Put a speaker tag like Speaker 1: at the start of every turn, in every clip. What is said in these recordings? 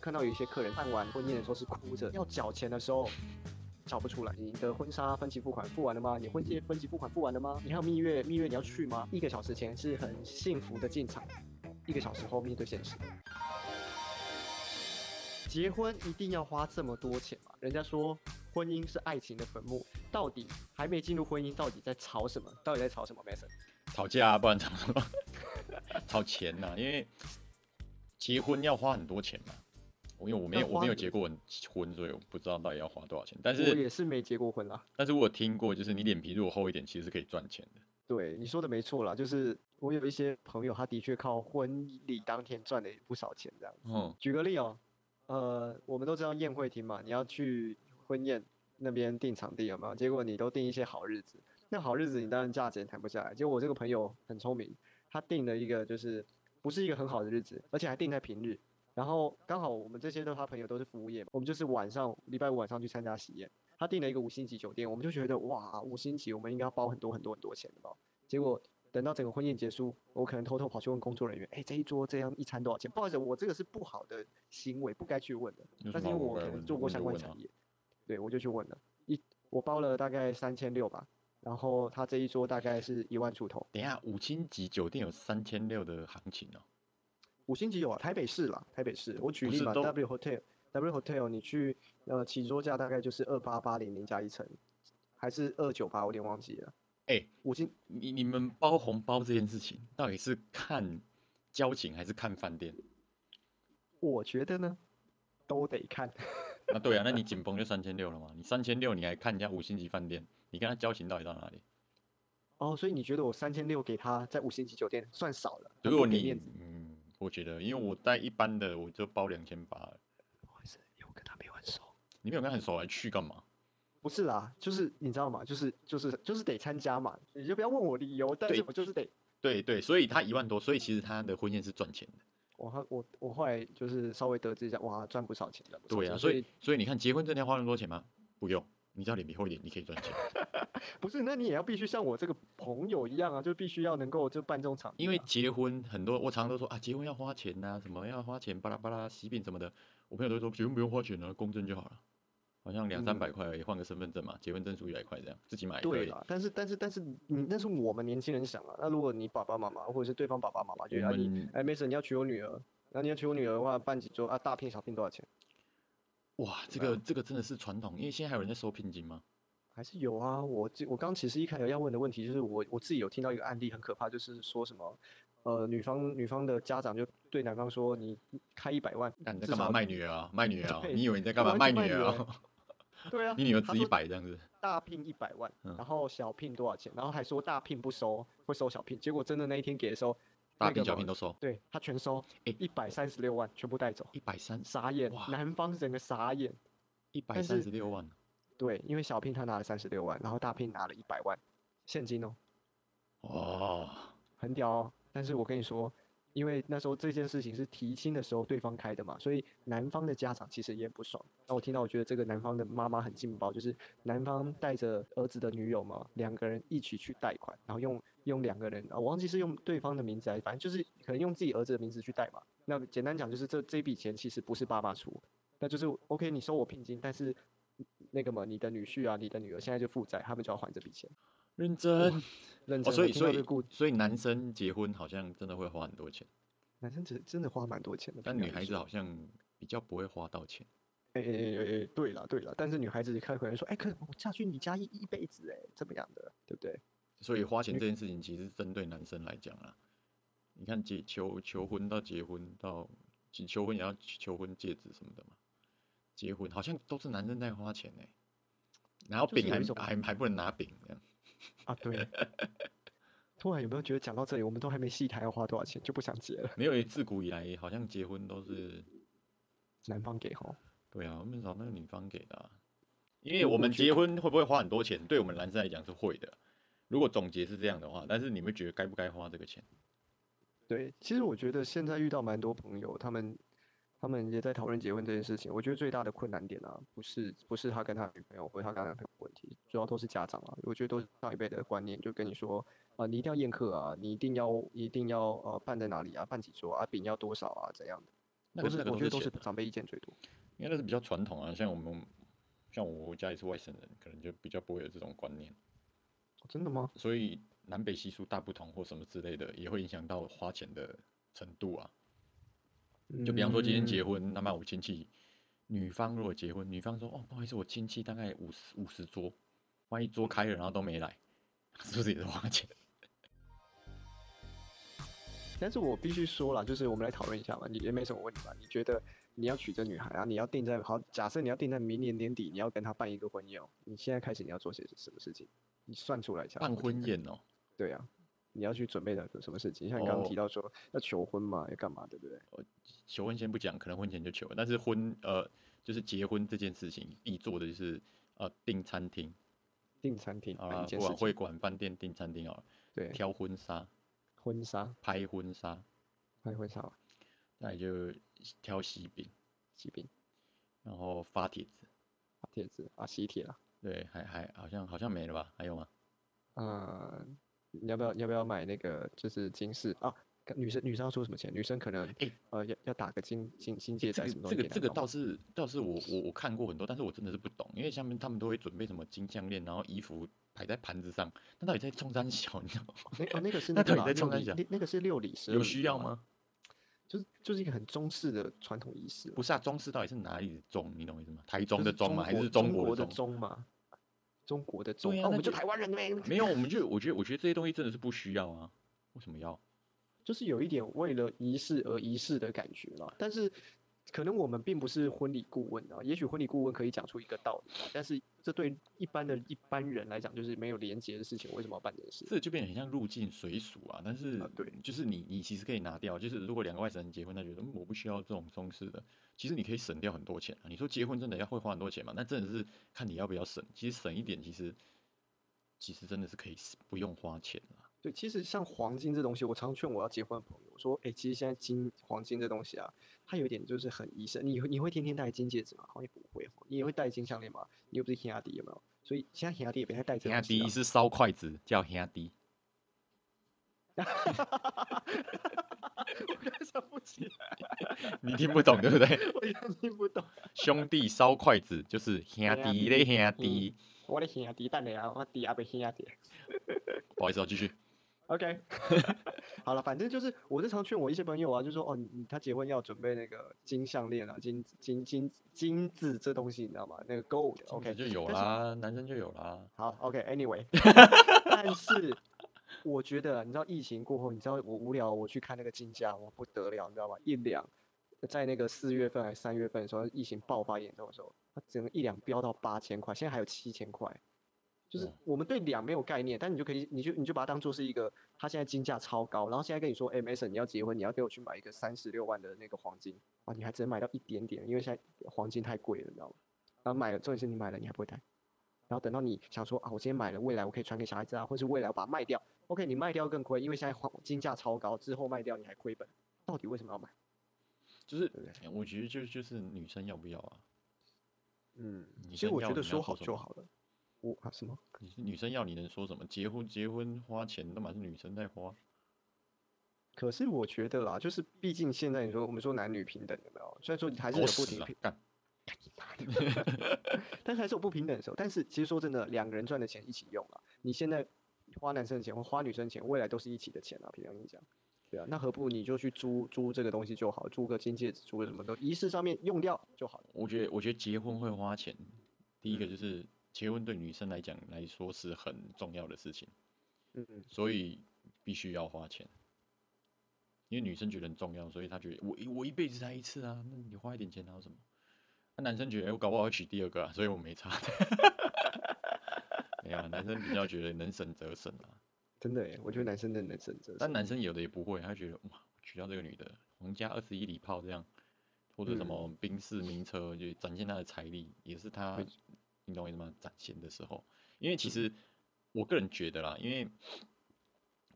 Speaker 1: 看到有一些客人办完婚宴的时候是哭着要缴钱的时候。找不出来，你的婚纱分期付款付完了吗？你婚戒分期付款付完了吗？你还有蜜月，蜜月你要去吗？一个小时前是很幸福的进场，一个小时后面对现实。结婚一定要花这么多钱吗？人家说婚姻是爱情的坟墓，到底还没进入婚姻，到底在吵什么？到底在吵什么？Mason，
Speaker 2: 吵架啊，不然吵什么？ 吵钱呐、因为结婚要花很多钱嘛。我因为我没有
Speaker 1: 要花
Speaker 2: 我没有
Speaker 1: 很多
Speaker 2: 结过婚，所以我不知道到底要花多少钱。但
Speaker 1: 我
Speaker 2: 是
Speaker 1: 也是没结过婚啦。
Speaker 2: 但是我有听过，就是你脸皮如果厚一点，其实是可以赚钱的。
Speaker 1: 对，你说的没错啦，就是我有一些朋友，他的确靠婚礼当天赚了不少钱，这样。
Speaker 2: 嗯，
Speaker 1: 举个例哦，呃，我们都知道宴会厅嘛，你要去婚宴那边订场地有没有？结果你都订一些好日子，那好日子你当然价钱谈不下来。结果我这个朋友很聪明，他订了一个就是不是一个很好的日子，而且还订在平日。然后刚好我们这些都他朋友都是服务业嘛，我们就是晚上礼拜五晚上去参加喜宴，他订了一个五星级酒店，我们就觉得哇，五星级我们应该要包很多很多很多钱的吧？结果等到整个婚宴结束，我可能偷偷跑去问工作人员，哎，这一桌这样一餐多少钱？不好意思，我这个是不好的行为，不该去问的。
Speaker 2: 有
Speaker 1: 但是
Speaker 2: 什
Speaker 1: 因
Speaker 2: 么
Speaker 1: 为
Speaker 2: 好
Speaker 1: 我
Speaker 2: 不
Speaker 1: 可
Speaker 2: 该
Speaker 1: 能
Speaker 2: 问
Speaker 1: 做过
Speaker 2: 问
Speaker 1: 相
Speaker 2: 就
Speaker 1: 关
Speaker 2: 问
Speaker 1: 产
Speaker 2: 啊？
Speaker 1: 业，对我就去问了，一我包了大概三千六吧，然后他这一桌大概是一万出头，
Speaker 2: 等一下，五星级酒店有三千六的行情哦。
Speaker 1: 五星级有啊，台北市啦，台北市，我举
Speaker 2: 不
Speaker 1: 例
Speaker 2: 是
Speaker 1: 嘛
Speaker 2: 都
Speaker 1: ，W Hotel。W Hotel，你去呃起桌价大概就是二八八零零加一层，还是二九八，我有点忘记了。
Speaker 2: 哎
Speaker 1: 五星
Speaker 2: 你你们包红包这件事情，到底是看交情还是看饭店？
Speaker 1: 我觉得呢，都得看。
Speaker 2: 啊，对啊，那你紧绷就三千六了嘛？你三千六，你还看人家五星级饭店，你跟他交情到底到哪里？
Speaker 1: 哦，所以你觉得我三千六给他在五星级酒店算少了？很
Speaker 2: 如果
Speaker 1: 不给
Speaker 2: 你
Speaker 1: 面子，
Speaker 2: 嗯，我觉得，因为我带一般的，我就包两千八。
Speaker 1: 不好意思，因为我跟他没有很熟。
Speaker 2: 你没有跟他很熟，还去干嘛？
Speaker 1: 不是啦，就是你知道吗？就是就是就是得参加嘛，你就不要问我理由，但是
Speaker 2: 对
Speaker 1: 我就是得。
Speaker 2: 对对，所以他一万多，所以其实他的婚宴是赚钱的。
Speaker 1: 我后我我后来就是稍微得知一下，哇，赚不少钱，赚不少
Speaker 2: 对
Speaker 1: 钱
Speaker 2: 啊，
Speaker 1: 所
Speaker 2: 所以所以你看，结婚真的要花那么多钱吗？不用，你只要脸皮厚一点，你可以赚钱。
Speaker 1: 啊不是，那你也要必须像我这个朋友一样啊，就必须要能够就办这种场地啊、
Speaker 2: 因为结婚很多，我常常都说啊，结婚要花钱呐、什么要花钱，巴拉巴拉，喜饼什么的。我朋友都说结婚不用花钱啊，公证就好了，好像两三百块而已，换个身份证嘛，结婚证书一百块这样，自己买也
Speaker 1: 嗯
Speaker 2: 可
Speaker 1: 对
Speaker 2: 以。
Speaker 1: 啦，但是但是但是你那是我们年轻人想啊，那如果你爸爸妈妈或者是对方爸爸妈妈觉得啊
Speaker 2: 我
Speaker 1: 你
Speaker 2: 们
Speaker 1: 哎没事你要娶我女儿，那你要娶我女儿的话办几桌啊大聘小聘多少钱？
Speaker 2: 哇，这
Speaker 1: 啊
Speaker 2: 个这个真的是传统，因为现在还有人在收聘金吗？
Speaker 1: 还是有啊，我这我刚其实一开始要问的问题就是我我自己有听到一个案例很可怕，就是说什么，呃，女方女方的家长就对男方说，你开一百万，
Speaker 2: 那你在
Speaker 1: 至
Speaker 2: 干嘛
Speaker 1: 少
Speaker 2: 卖女儿啊？ 卖女儿啊？
Speaker 1: 对
Speaker 2: 你以为你在干嘛
Speaker 1: 完
Speaker 2: 卖
Speaker 1: 全
Speaker 2: 女
Speaker 1: 卖
Speaker 2: 儿
Speaker 1: 女
Speaker 2: 啊？
Speaker 1: 对啊，
Speaker 2: 你女儿
Speaker 1: 他
Speaker 2: 值一
Speaker 1: 说
Speaker 2: 百这样子？
Speaker 1: 大聘一百万，
Speaker 2: 嗯
Speaker 1: 然后小聘多少钱？然后还说大聘不收，会收小聘，结果真的那一天给的时候，
Speaker 2: 大
Speaker 1: 那
Speaker 2: 聘
Speaker 1: 个
Speaker 2: 小
Speaker 1: 嘛
Speaker 2: 聘都收
Speaker 1: 对他全收，
Speaker 2: 诶
Speaker 1: 一百三十六万全部带走，
Speaker 2: 一百三
Speaker 1: 傻眼
Speaker 2: 哇，
Speaker 1: 男方整个傻眼，
Speaker 2: 一百
Speaker 1: 但
Speaker 2: 三
Speaker 1: 是
Speaker 2: 十六万，
Speaker 1: 对，因为小聘他拿了三十六万，然后大聘拿了一百万现金哦，
Speaker 2: 哦，
Speaker 1: 很屌、哦。但是我跟你说，因为那时候这件事情是提亲的时候对方开的嘛，所以男方的家长其实也不爽。那我听到，我觉得这个男方的妈妈很劲爆，就是男方带着儿子的女友嘛，两个人一起去贷款，然后用用两个人啊，我忘记是用对方的名字还是，反正就是可能用自己儿子的名字去贷嘛。那简单讲就是这这笔钱其实不是爸爸出，那就是 OK，你收我聘金，但是。那个嘛，你的女婿啊，你的女儿现在就负债，他们就要还这笔钱。
Speaker 2: 认真
Speaker 1: 认真
Speaker 2: 哦，
Speaker 1: 的、
Speaker 2: 所以
Speaker 1: 听到这
Speaker 2: 所以
Speaker 1: 个故
Speaker 2: 所以男生结婚好像真的会花很多钱，
Speaker 1: 男生真真的花蛮多钱的，
Speaker 2: 但
Speaker 1: 平
Speaker 2: 女
Speaker 1: 常
Speaker 2: 孩
Speaker 1: 来
Speaker 2: 子
Speaker 1: 说，
Speaker 2: 好像比较不会花到钱。
Speaker 1: 哎哎哎哎，对了对了，但是女孩子看可能说，哎、可我嫁去你家一一辈子，哎，怎么样的，对不对？
Speaker 2: 所以花钱这件事情其实针对男生来讲啦，你看结求求婚到结婚到其求婚也要求婚戒指什么的嘛，结婚好像都是男生在花钱呢、然后
Speaker 1: 就是
Speaker 2: 饼
Speaker 1: 有
Speaker 2: 还
Speaker 1: 一种
Speaker 2: 还还不能拿饼这样，
Speaker 1: 啊，对。突然有没有觉得讲到这里，我们都还没细谈要花多少钱，就不想结了？
Speaker 2: 没有自古以来好像结婚都是
Speaker 1: 男方给吼，
Speaker 2: 对啊，我们找那个女方给的啊、因为
Speaker 1: 我
Speaker 2: 我们
Speaker 1: 我觉
Speaker 2: 结婚会不会花很多钱，对我们男生来讲是会的。如果总结是这样的话，但是你们觉得该不该花这个钱？
Speaker 1: 对，其实我觉得现在遇到蛮多朋友，他们他们也在讨论结婚这件事情。我觉得最大的困难点啊，不是不是他跟他女朋友或者他跟他男朋友的问题，主要都是家长啊。我觉得都是上一辈的观念，就跟你说啊、你一定要宴客啊，你一定要一定要呃办在哪里啊，办几桌啊，饼要多少啊，怎样的。
Speaker 2: 那
Speaker 1: 都
Speaker 2: 可是那个
Speaker 1: 我
Speaker 2: 都
Speaker 1: 觉得都
Speaker 2: 钱
Speaker 1: 是
Speaker 2: 啊
Speaker 1: 长辈意见最多。
Speaker 2: 应该那是比较传统啊，像我们像我家里是外省人，可能就比较不会有这种观念，
Speaker 1: 真的吗？
Speaker 2: 所以南北习俗大不同或什么之类的，也会影响到花钱的程度啊。就比方说今天结
Speaker 1: 婚，
Speaker 2: 婚，那么我亲戚女方如果结婚，女方说哦不好意思，我亲戚大概五十五十桌，万一桌开了然后都没来， 是不是也是花钱？
Speaker 1: 但是我必须说了，就是我们来讨论一下嘛，你也没什么问题吧？你觉得你要娶这女孩啊，你要定在好，假设你要定在明年年底，你要跟她办一个婚宴哦，你现在开始你要做些什么事情？你算出来一下。
Speaker 2: 办
Speaker 1: 我听
Speaker 2: 婚
Speaker 1: 听
Speaker 2: 宴哦，
Speaker 1: 对啊，你要去准备的什么事情？像你刚刚提
Speaker 2: 哦
Speaker 1: 到说要求婚嘛，要干嘛，对不对？
Speaker 2: 求婚先不讲，可能婚前就求了，但是婚呃就是结婚这件事情必做的就是呃订餐厅
Speaker 1: 订餐厅啊，
Speaker 2: 啊，
Speaker 1: 一件
Speaker 2: 不
Speaker 1: 事
Speaker 2: 管会
Speaker 1: 情，
Speaker 2: 馆、饭店订餐厅哦，
Speaker 1: 对，
Speaker 2: 挑婚纱、
Speaker 1: 婚纱，
Speaker 2: 拍婚纱，
Speaker 1: 拍婚纱嘛，
Speaker 2: 再来就挑喜饼，
Speaker 1: 喜饼、
Speaker 2: 然后发帖子，
Speaker 1: 发帖子啊，喜帖啦。
Speaker 2: 对，还还好像好像没了吧？还有吗？
Speaker 1: 呃，你要不要你要不要买那个就是金饰啊？可女生女生要出什么钱？女生可能、
Speaker 2: 诶
Speaker 1: 呃要要打个金金金戒
Speaker 2: 哎这
Speaker 1: 指
Speaker 2: 个
Speaker 1: 什么东西
Speaker 2: 这个
Speaker 1: 给
Speaker 2: 这
Speaker 1: 男
Speaker 2: 个
Speaker 1: 方
Speaker 2: 倒
Speaker 1: 嘛
Speaker 2: 是倒是我我我看过很多，但是我真的是不懂，因为下面他们都会准备什么金项链，然后衣服摆在盘子上，那到底在冲山小，你知道吗？
Speaker 1: 那哦那个是
Speaker 2: 那
Speaker 1: 个
Speaker 2: 到底
Speaker 1: 啦
Speaker 2: 在
Speaker 1: 六
Speaker 2: 冲三
Speaker 1: 礼
Speaker 2: 小
Speaker 1: 那那个是六礼十二
Speaker 2: 有
Speaker 1: 礼
Speaker 2: 需
Speaker 1: 的
Speaker 2: 要
Speaker 1: 嘛？
Speaker 2: 吗？
Speaker 1: 就是就是一个很中式的传统仪式
Speaker 2: 不
Speaker 1: 嘛，
Speaker 2: 是啊，中式到底是哪里的中？你懂我意思吗？台中
Speaker 1: 就
Speaker 2: 的
Speaker 1: 是
Speaker 2: 中吗？还
Speaker 1: 国
Speaker 2: 是
Speaker 1: 中
Speaker 2: 国
Speaker 1: 的
Speaker 2: 的？
Speaker 1: 中嘛？中国的中
Speaker 2: 对
Speaker 1: 啊
Speaker 2: 啊
Speaker 1: 我
Speaker 2: 那
Speaker 1: 们就
Speaker 2: 就
Speaker 1: 台湾人呗。
Speaker 2: 没有，我们就我觉得我觉得这些东西真的是不需要啊，为什么要？
Speaker 1: 就是有一点为了仪式而仪式的感觉了。但是可能我们并不是婚礼顾问啊，也许婚礼顾问可以讲出一个道理啊，但是这对一般的一般人来讲就是没有连结的事情，为什么要办这件事？
Speaker 2: 这就变得很像入境随俗啊。但是，
Speaker 1: 对，
Speaker 2: 就是你你其实可以拿掉，就是如果两个外省人结婚，他觉得、嗯、我不需要这种中式的，其实你可以省掉很多钱啊。你说结婚真的要会花很多钱吗？那真的是看你要不要省。其实省一点，其实其实真的是可以不用花钱啊。
Speaker 1: 对，其实像黄金这东西，我常劝我要结婚的朋友我说，哎、其实现在金黄金这东西啊，它有一点就是很仪式。你会你会天天戴金戒指吗？好像也不会哦。你也会戴金项链吗？你又不是天涯敌，有没有？所以现在天涯敌也别太戴这啊东
Speaker 2: 兄
Speaker 1: 西
Speaker 2: 弟
Speaker 1: 了。
Speaker 2: 是烧筷子，叫兄弟。
Speaker 1: 我刚才想不起来，
Speaker 2: 你听不懂对不对？
Speaker 1: 我有点听不懂。
Speaker 2: 兄弟烧筷子就是兄
Speaker 1: 兄
Speaker 2: 弟
Speaker 1: 弟嗯
Speaker 2: 嘞，兄弟。
Speaker 1: 我的天涯敌，但你啊，我敌啊被天涯敌。
Speaker 2: 不好意思、哦，继续。
Speaker 1: OK，好了，反正就是我日常劝我一些朋友啊，就说哦，你你他结婚要准备那个金项链啊，金金金金子这东西，你知道吗？那个 gold，OK，、
Speaker 2: 这样子就有
Speaker 1: 但是
Speaker 2: 啦，男生就有啦。
Speaker 1: 好，OK，Anyway，、但是我觉得，你知道疫情过后，你知道我无聊，我去看那个金价，哇，不得了，你知道吗？一两在那个四月份还是三月份的时候，疫情爆发严重的时候，它整个一两飙到八千块，现在还有七千块。就是
Speaker 2: 哇
Speaker 1: 我们对两没有概念，但你就可以，你就你就把它当做是一个，它现在金价超高，然后现在跟你说，哎、没 m a s o n 你要结婚，你要给我去买一个三十六万的那个黄金啊，你还只能买到一点点，因为现在黄金太贵了，你知道吗？然后买了，重点是你买了你还不会戴，然后等到你想说啊，我今天买了，未来我可以传给小孩子啊，或是未来我把它卖掉，OK，你卖掉更亏，因为现在黄金价超高，之后卖掉你还亏本，到底为什么要买？
Speaker 2: 就是
Speaker 1: 对不，
Speaker 2: 我觉得就就是女生要不要啊？
Speaker 1: 嗯，
Speaker 2: 你
Speaker 1: 其实
Speaker 2: 先
Speaker 1: 我
Speaker 2: 要
Speaker 1: 觉得
Speaker 2: 你要
Speaker 1: 说好
Speaker 2: 做什
Speaker 1: 就
Speaker 2: 么
Speaker 1: 好了。我啊什么？
Speaker 2: 你是女生要你能说什么？结婚结婚花钱，都嘛是女生在花。
Speaker 1: 可是我觉得啦，就是毕竟现在你说我们说男女平等有没有？虽然说你还是
Speaker 2: 狗
Speaker 1: 有不
Speaker 2: 屎
Speaker 1: 平
Speaker 2: 了
Speaker 1: 平，，
Speaker 2: 干！
Speaker 1: 但是还是有不平等的时候。但是其实说真的，两个人赚的钱一起用啊，你现在花男生的钱或花女生的钱，未来都是一起的钱啊。平常心讲，对啊，那何不你就去租租这个东西就好，租个金戒指，租个什么都仪式上面用掉就好了。
Speaker 2: 我觉得我觉得结婚会花钱，第一个就是结婚对女生来讲来说是很重要的事情，
Speaker 1: 嗯嗯，
Speaker 2: 所以必须要花钱。因为女生觉得很重要，所以她觉得我一我一辈子才一次啊，那你花一点钱还有什么？那、男生觉得、哎我搞不好会娶第二个、啊，所以我没差。 没有啊，男生比较觉得能省则省啊。
Speaker 1: 真的耶，我觉得男生真的能省着。
Speaker 2: 但男生有的也不会，他觉得哇，娶到这个女的，皇家二十一礼炮这样，或者什
Speaker 1: 嗯
Speaker 2: 么宾士名车，就展现他的财力，也是他
Speaker 1: 没错，
Speaker 2: 你懂我意思吗？展现的时候，因为其实我个人觉得啦，因为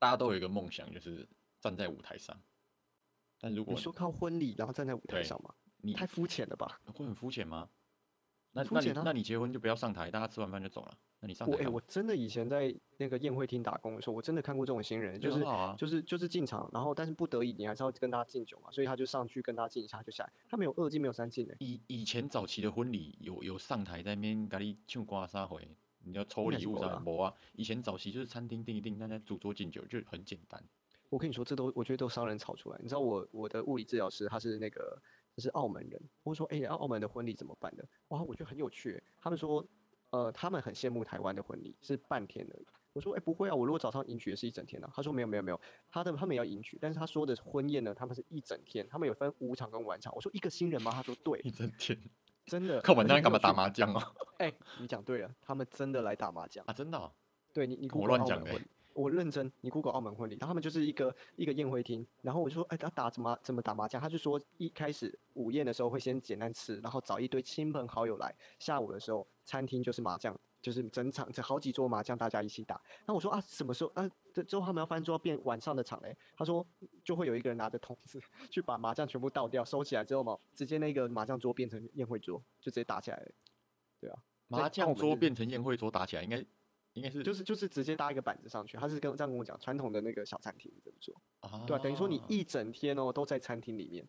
Speaker 2: 大家都有一个梦想，就是站在舞台上。但如果
Speaker 1: 你说靠婚礼然后站在舞台
Speaker 2: 对
Speaker 1: 上嘛，
Speaker 2: 你
Speaker 1: 太肤浅了吧？
Speaker 2: 会很肤浅吗？那
Speaker 1: 肤
Speaker 2: 那你
Speaker 1: 浅啊
Speaker 2: 那你结婚就不要上台，大家吃完饭就走了。那你上
Speaker 1: 我
Speaker 2: 台
Speaker 1: 哎、
Speaker 2: 干嘛
Speaker 1: 我真的以前在那个宴会厅打工的时候，我真的看过这种新人，
Speaker 2: 对
Speaker 1: 就是
Speaker 2: 很好啊
Speaker 1: 就是就是进场，然后但是不得已你还是要跟他敬酒嘛，所以他就上去跟他敬一下就下来，他没有二敬没有三敬哎、
Speaker 2: 以以前早期的婚礼有有上台在那边给你唱歌啥回，你要抽
Speaker 1: 应该
Speaker 2: 礼
Speaker 1: 是
Speaker 2: 物
Speaker 1: 没
Speaker 2: 啥
Speaker 1: 啦
Speaker 2: 没啊？以前早期就是餐厅订一订，大家主桌敬酒就很简 单。
Speaker 1: 我跟你说，这都我觉得都商人炒出来。你知道我我的物理治疗师他是那个他是澳门人，我说哎、欸，澳门的婚礼怎么办的？哇，我觉得很有趣欸。他们说，呃，他们很羡慕台湾的婚礼是半天而已。我说哎、欸不会啊，我如果早上迎娶也是一整天啊。他说没有没有没有，他的他们也要迎娶，但是他说的婚宴呢，他们是一整天，他们有分午场跟晚场。我说一个新人吗？他说对，
Speaker 2: 一整天，
Speaker 1: 真的。
Speaker 2: 靠晚上干嘛打
Speaker 1: 麻？
Speaker 2: 麻将哦？
Speaker 1: 哎、你讲对了，他们真的来打麻将。
Speaker 2: 啊，真的哦、
Speaker 1: 对你，你
Speaker 2: 我
Speaker 1: Google
Speaker 2: 乱
Speaker 1: 澳
Speaker 2: 讲
Speaker 1: 门
Speaker 2: 的欸
Speaker 1: 婚我认真，你 Google 澳门婚礼，然后他们就是一个一个宴会厅，然后我就说，哎，他打怎么怎么打麻将？他就说一开始午宴的时候会先简单吃，然后找一堆亲朋好友来，下午的时候餐厅就是麻将，就是整场这好几桌麻将大家一起打。那我说啊，什么时候啊？这之后他们要翻桌变晚上的场嘞？他说就会有一个人拿着桶子去把麻将全部倒掉，收起来之后嘛，直接那个麻将桌变成宴会桌，就直接打起来了。啊在
Speaker 2: 麻
Speaker 1: 澳
Speaker 2: 将
Speaker 1: 门
Speaker 2: 桌
Speaker 1: 是
Speaker 2: 变成宴会桌打起来，应该应该是
Speaker 1: 就是就是直接搭一个板子上去，他是跟这样跟我讲，传统的那个小餐厅怎么做？
Speaker 2: 啊，
Speaker 1: 对啊，等于说你一整天哦都在餐厅里面。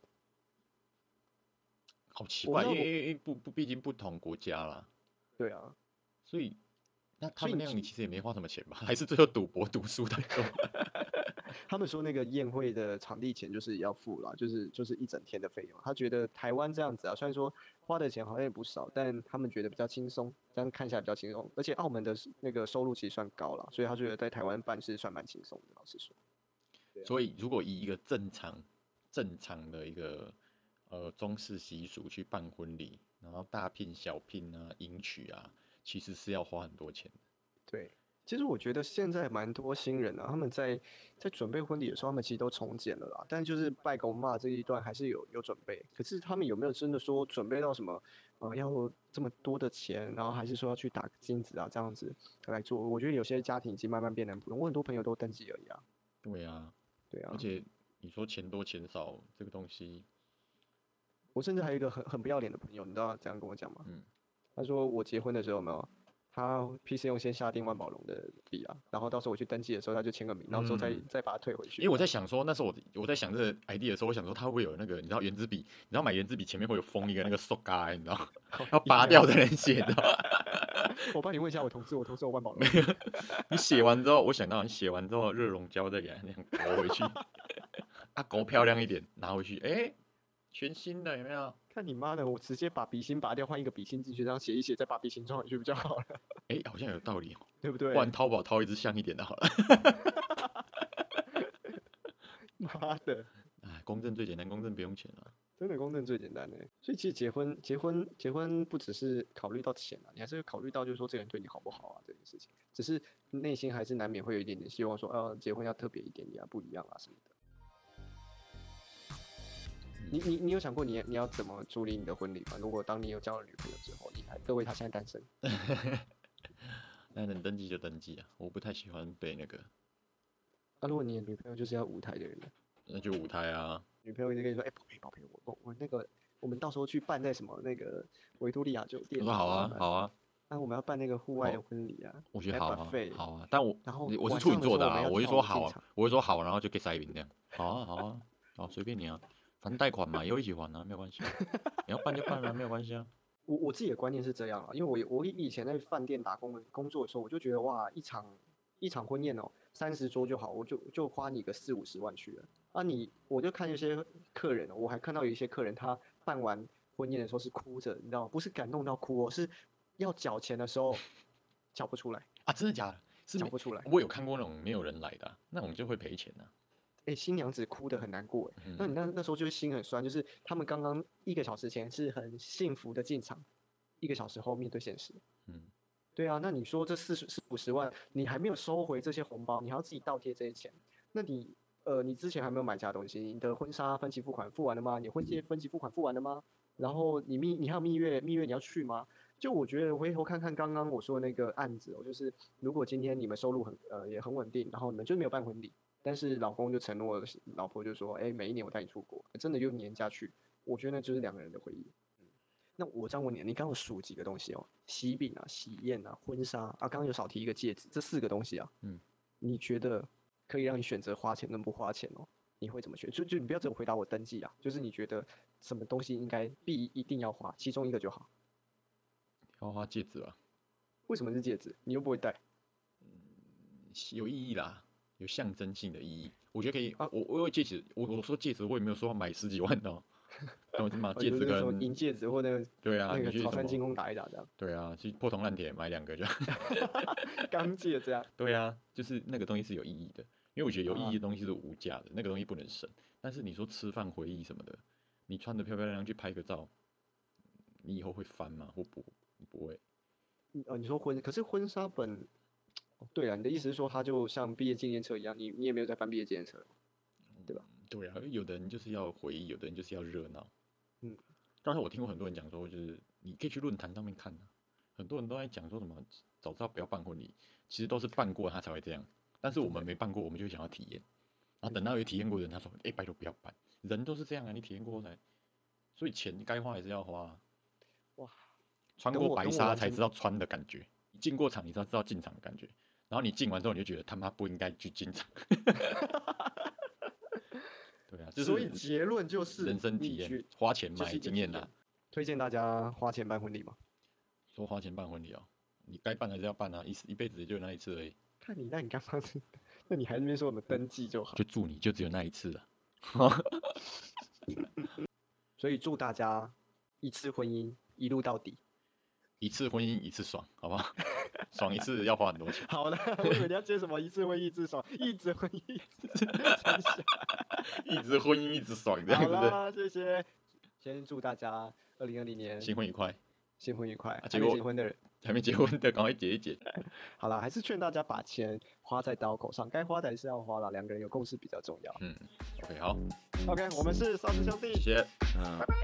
Speaker 2: 好奇
Speaker 1: 我
Speaker 2: 怪，
Speaker 1: 知
Speaker 2: 因
Speaker 1: 道
Speaker 2: 为
Speaker 1: 我
Speaker 2: 因为因为不不，毕竟不同国家啦，
Speaker 1: 对啊，
Speaker 2: 所以那他
Speaker 1: 所以
Speaker 2: 们那
Speaker 1: 你
Speaker 2: 样你其实也没花什么钱吧？还是最后赌博赌输太多？
Speaker 1: 他们说那个宴会的场地钱就是要付啦，就是就是一整天的费用。他觉得台湾这样子啊，虽然说花的钱好像也不少，但他们觉得比较轻松，这样看起来比较轻松。而且澳门的那个收入其实算高了，所以他觉得在台湾办事算蛮轻松的。老实说，
Speaker 2: 所以，如果以一个正常、正常的一个呃中式习俗去办婚礼，然后大聘小聘啊、迎娶啊，其实是要花很多钱的。
Speaker 1: 对。其实我觉得现在蛮多新人啊，他们在在准备婚礼的时候，他们其实都从简了啦。但就是拜公妈这一段还是有有准备，可是他们有没有真的说准备到什么呃要这么多的钱，然后还是说要去打个金子啊这样子来做？我觉得有些家庭已经慢慢变得很普通，我很多朋友都登记而已啊。
Speaker 2: 对啊，
Speaker 1: 对啊
Speaker 2: 而，且你说钱多钱少这个东西，
Speaker 1: 我甚至还有一个很很不要脸的朋友，你知道他怎样跟我讲吗？
Speaker 2: 嗯，
Speaker 1: 他说我结婚的时候有没有，他 PC 用先下定万宝龙的币啊，然后到时候我去登记的时候他就签个名，然后之后再、
Speaker 2: 嗯
Speaker 1: 再把它退回去。
Speaker 2: 因为我在想说，那时候我我在想这个 idea 的时候，我想说它会不会有那个，你知道圆珠笔，你知道买圆珠笔前面会有封一个那个塑胶的，你知道， 要拔掉的人写 的。
Speaker 1: 我帮你问一下我同事，我同事有万 宝龙。
Speaker 2: 你写完之后，我想到你写完之后，热熔胶再给它 那样勾回去，啊，勾漂亮一点，拿回去，哎、全新的有没有？
Speaker 1: 看你妈的，我直接把笔芯拔掉，换一个笔芯进去，这样写一写，再把笔芯装回去不就好了？
Speaker 2: 哎、好像有道理、哦，
Speaker 1: 对不对
Speaker 2: 不？然淘宝淘一只像一点的好了。
Speaker 1: 妈的，
Speaker 2: 哎，公证最简单，公证不用钱了。
Speaker 1: 真的公证最简单的。所以其实结婚、结婚、结婚不只是考虑到钱啊，你还是会考虑到就是说这个人对你好不好啊这件事情。只是内心还是难免会有一点点希望说，呃，结婚要特别一点点啊，不一样啊什么的。你你你有想过你你要怎么处理你的婚礼吗？如果当你有交了女朋友之后，你还各位他现在单身，
Speaker 2: 那能登记就登记啊，我不太喜欢被那个，
Speaker 1: 那、如果你的女朋友就是要舞台的人呢？
Speaker 2: 那就舞台啊，
Speaker 1: 女朋友一直跟你说，哎、宝贝，宝贝，我我我那个，我们到时候去办在什么那个维多利亚酒店。
Speaker 2: 我说好啊，
Speaker 1: 然后
Speaker 2: 好啊，
Speaker 1: 那我们要办那个户外
Speaker 2: 好
Speaker 1: 的婚礼啊。
Speaker 2: 我觉得
Speaker 1: 来
Speaker 2: 好啊
Speaker 1: buffet，
Speaker 2: 好啊，但我
Speaker 1: 然后
Speaker 2: 我是
Speaker 1: 晚
Speaker 2: 处
Speaker 1: 上
Speaker 2: 女
Speaker 1: 的时候
Speaker 2: 座的
Speaker 1: 我们
Speaker 2: 啊，
Speaker 1: 要
Speaker 2: 我会
Speaker 1: 跳
Speaker 2: 说
Speaker 1: 舞
Speaker 2: 好
Speaker 1: 进
Speaker 2: 啊
Speaker 1: 场，
Speaker 2: 我会说好，然后就给塞饼这样，好啊，好啊，好，随便你啊，反正贷款嘛，以后一起还啊，没有关系啊，你要办就办啊，没有关系啊。
Speaker 1: 我我自己的观念是这样啊，因为我也我以前在饭店打工的工作的时候，我就觉得哇，一场一场婚宴哦，三十桌就好，我就就花你个四五十万去了。啊你，我就看一些客人哦，我还看到有一些客人他办完婚宴的时候是哭着，你知道吗？不是感动到哭哦，是要缴钱的时候 缴不出来，
Speaker 2: 啊，真的假的？是
Speaker 1: 缴
Speaker 2: 没
Speaker 1: 不出来。
Speaker 2: 我有看过那种没有人来的啊、那种就会赔钱的、啊。
Speaker 1: 哎、新娘子哭得很难过哎、那
Speaker 2: 嗯
Speaker 1: 你那那时候就是心很酸，就是他们刚刚一个小时前是很幸福的进场，一个小时后面对现实。
Speaker 2: 嗯，
Speaker 1: 对啊，那你说这四十四五十万，你还没有收回这些红包，你还要自己倒贴这些钱，那你呃，你之前还没有买其他东西，你的婚纱分期付款付完了吗？你婚戒分期付款付完了吗？然后你蜜，你还有蜜月，蜜月你要去吗？就我觉得回头看看刚刚我说的那个案子哦，就是如果今天你们收入很呃也很稳定，然后你们就没有办婚礼，但是老公就承诺老婆就说，哎，每一年我带你出国，真的就年假去，我觉得那就是两个人的回忆。那我这样问你，你刚刚有数几个东西哦？喜饼啊、喜宴啊、婚纱啊，刚刚有少提一个戒指，这四个东西啊，
Speaker 2: 嗯，
Speaker 1: 你觉得可以让你选择花钱跟不花钱哦？你会怎么选？就就你不要只有回答我登记啊，就是你觉得什么东西应该必一定要花，其中一个就好。
Speaker 2: 要花戒指啊吧，
Speaker 1: 为什么是戒指？你又不会戴？
Speaker 2: 有意义啦，有象征性的意义。我觉得可以，
Speaker 1: 啊
Speaker 2: 我我有戒指，我我说戒指，我也没有说要买十几万的、哦， 懂我意 思吗？
Speaker 1: 哦
Speaker 2: 啊戒
Speaker 1: 就
Speaker 2: 指
Speaker 1: 是那种
Speaker 2: 跟
Speaker 1: 银戒指或那个
Speaker 2: 对啊，
Speaker 1: 那
Speaker 2: 你
Speaker 1: 个
Speaker 2: 去
Speaker 1: 潮
Speaker 2: 什
Speaker 1: 汕
Speaker 2: 么
Speaker 1: 精工打一打这样，
Speaker 2: 对啊，去破铜烂铁买两个就。
Speaker 1: 钢戒这样。
Speaker 2: 对啊，就是那个东西是有意义的，因为我觉得有意
Speaker 1: 啊
Speaker 2: 义的东西是无价的，那个东西不能省。但是你说吃饭回忆什么的，你穿的漂漂亮亮去拍个照，你以后会翻吗？或不，你不会。
Speaker 1: 嗯呃，你说婚，可是婚纱本，哦对啊，你的意思是说它就像毕业纪念册一样，你你也没有在翻毕业纪念册。
Speaker 2: 对啊，有的人就是要回忆，有的人就是要热闹。
Speaker 1: 嗯，
Speaker 2: 当然我听过很多人讲说，就是你可以去论坛上面看啊，很多人都在讲说什么早知道不要办婚礼，其实都是办过他才会这样，但是我们没办过，我们就会想要体验，然后等到有体验过的人，他说，哎、拜托不要办，人都是这样啊，你体验过后才，所以钱该花还是要花啊。
Speaker 1: 哇，
Speaker 2: 穿
Speaker 1: 等
Speaker 2: 过
Speaker 1: 我
Speaker 2: 白
Speaker 1: 等我
Speaker 2: 纱
Speaker 1: 完
Speaker 2: 才
Speaker 1: 成
Speaker 2: 知道穿的感觉，进过场你知道知道进场的感觉，然后你进完之后你就觉得他妈不应该去进场。 对啊，就是
Speaker 1: 所以结论就是
Speaker 2: 人生体
Speaker 1: 你觉
Speaker 2: 验，花钱
Speaker 1: 这
Speaker 2: 买
Speaker 1: 是一个
Speaker 2: 经
Speaker 1: 体
Speaker 2: 验啊
Speaker 1: 验
Speaker 2: 啦。
Speaker 1: 推荐大家花钱办婚礼吗？
Speaker 2: 说花钱办婚礼哦，你该办还是要办啊，一一辈子也就那一次而已，
Speaker 1: 看你，那你干嘛？ 那你还没说我们登记就好。
Speaker 2: 就祝你就只有那一次了。
Speaker 1: 所以祝大家一次婚姻一路到底。
Speaker 2: 一次婚姻一次爽，好不好？ 爽一次要花很多钱，
Speaker 1: 好了，我以为你要接什么一次婚姻一次爽，一直婚姻一直真 是
Speaker 2: 一直婚姻一直爽，这样
Speaker 1: 好
Speaker 2: 对不对？
Speaker 1: 啦，谢谢。先祝大家二零二零年
Speaker 2: 新婚愉快，
Speaker 1: 新婚愉快，
Speaker 2: 啊结
Speaker 1: 还没
Speaker 2: 果
Speaker 1: 结婚的人。
Speaker 2: 还没结婚的赶快结一结。
Speaker 1: 好啦，还是劝大家把钱花在刀口上，该花的还是要花啦，两个人有共识比较重要。
Speaker 2: 嗯，OK，好，
Speaker 1: OK，我们是三十兄弟
Speaker 2: 谢，谢，嗯，
Speaker 1: 拜拜。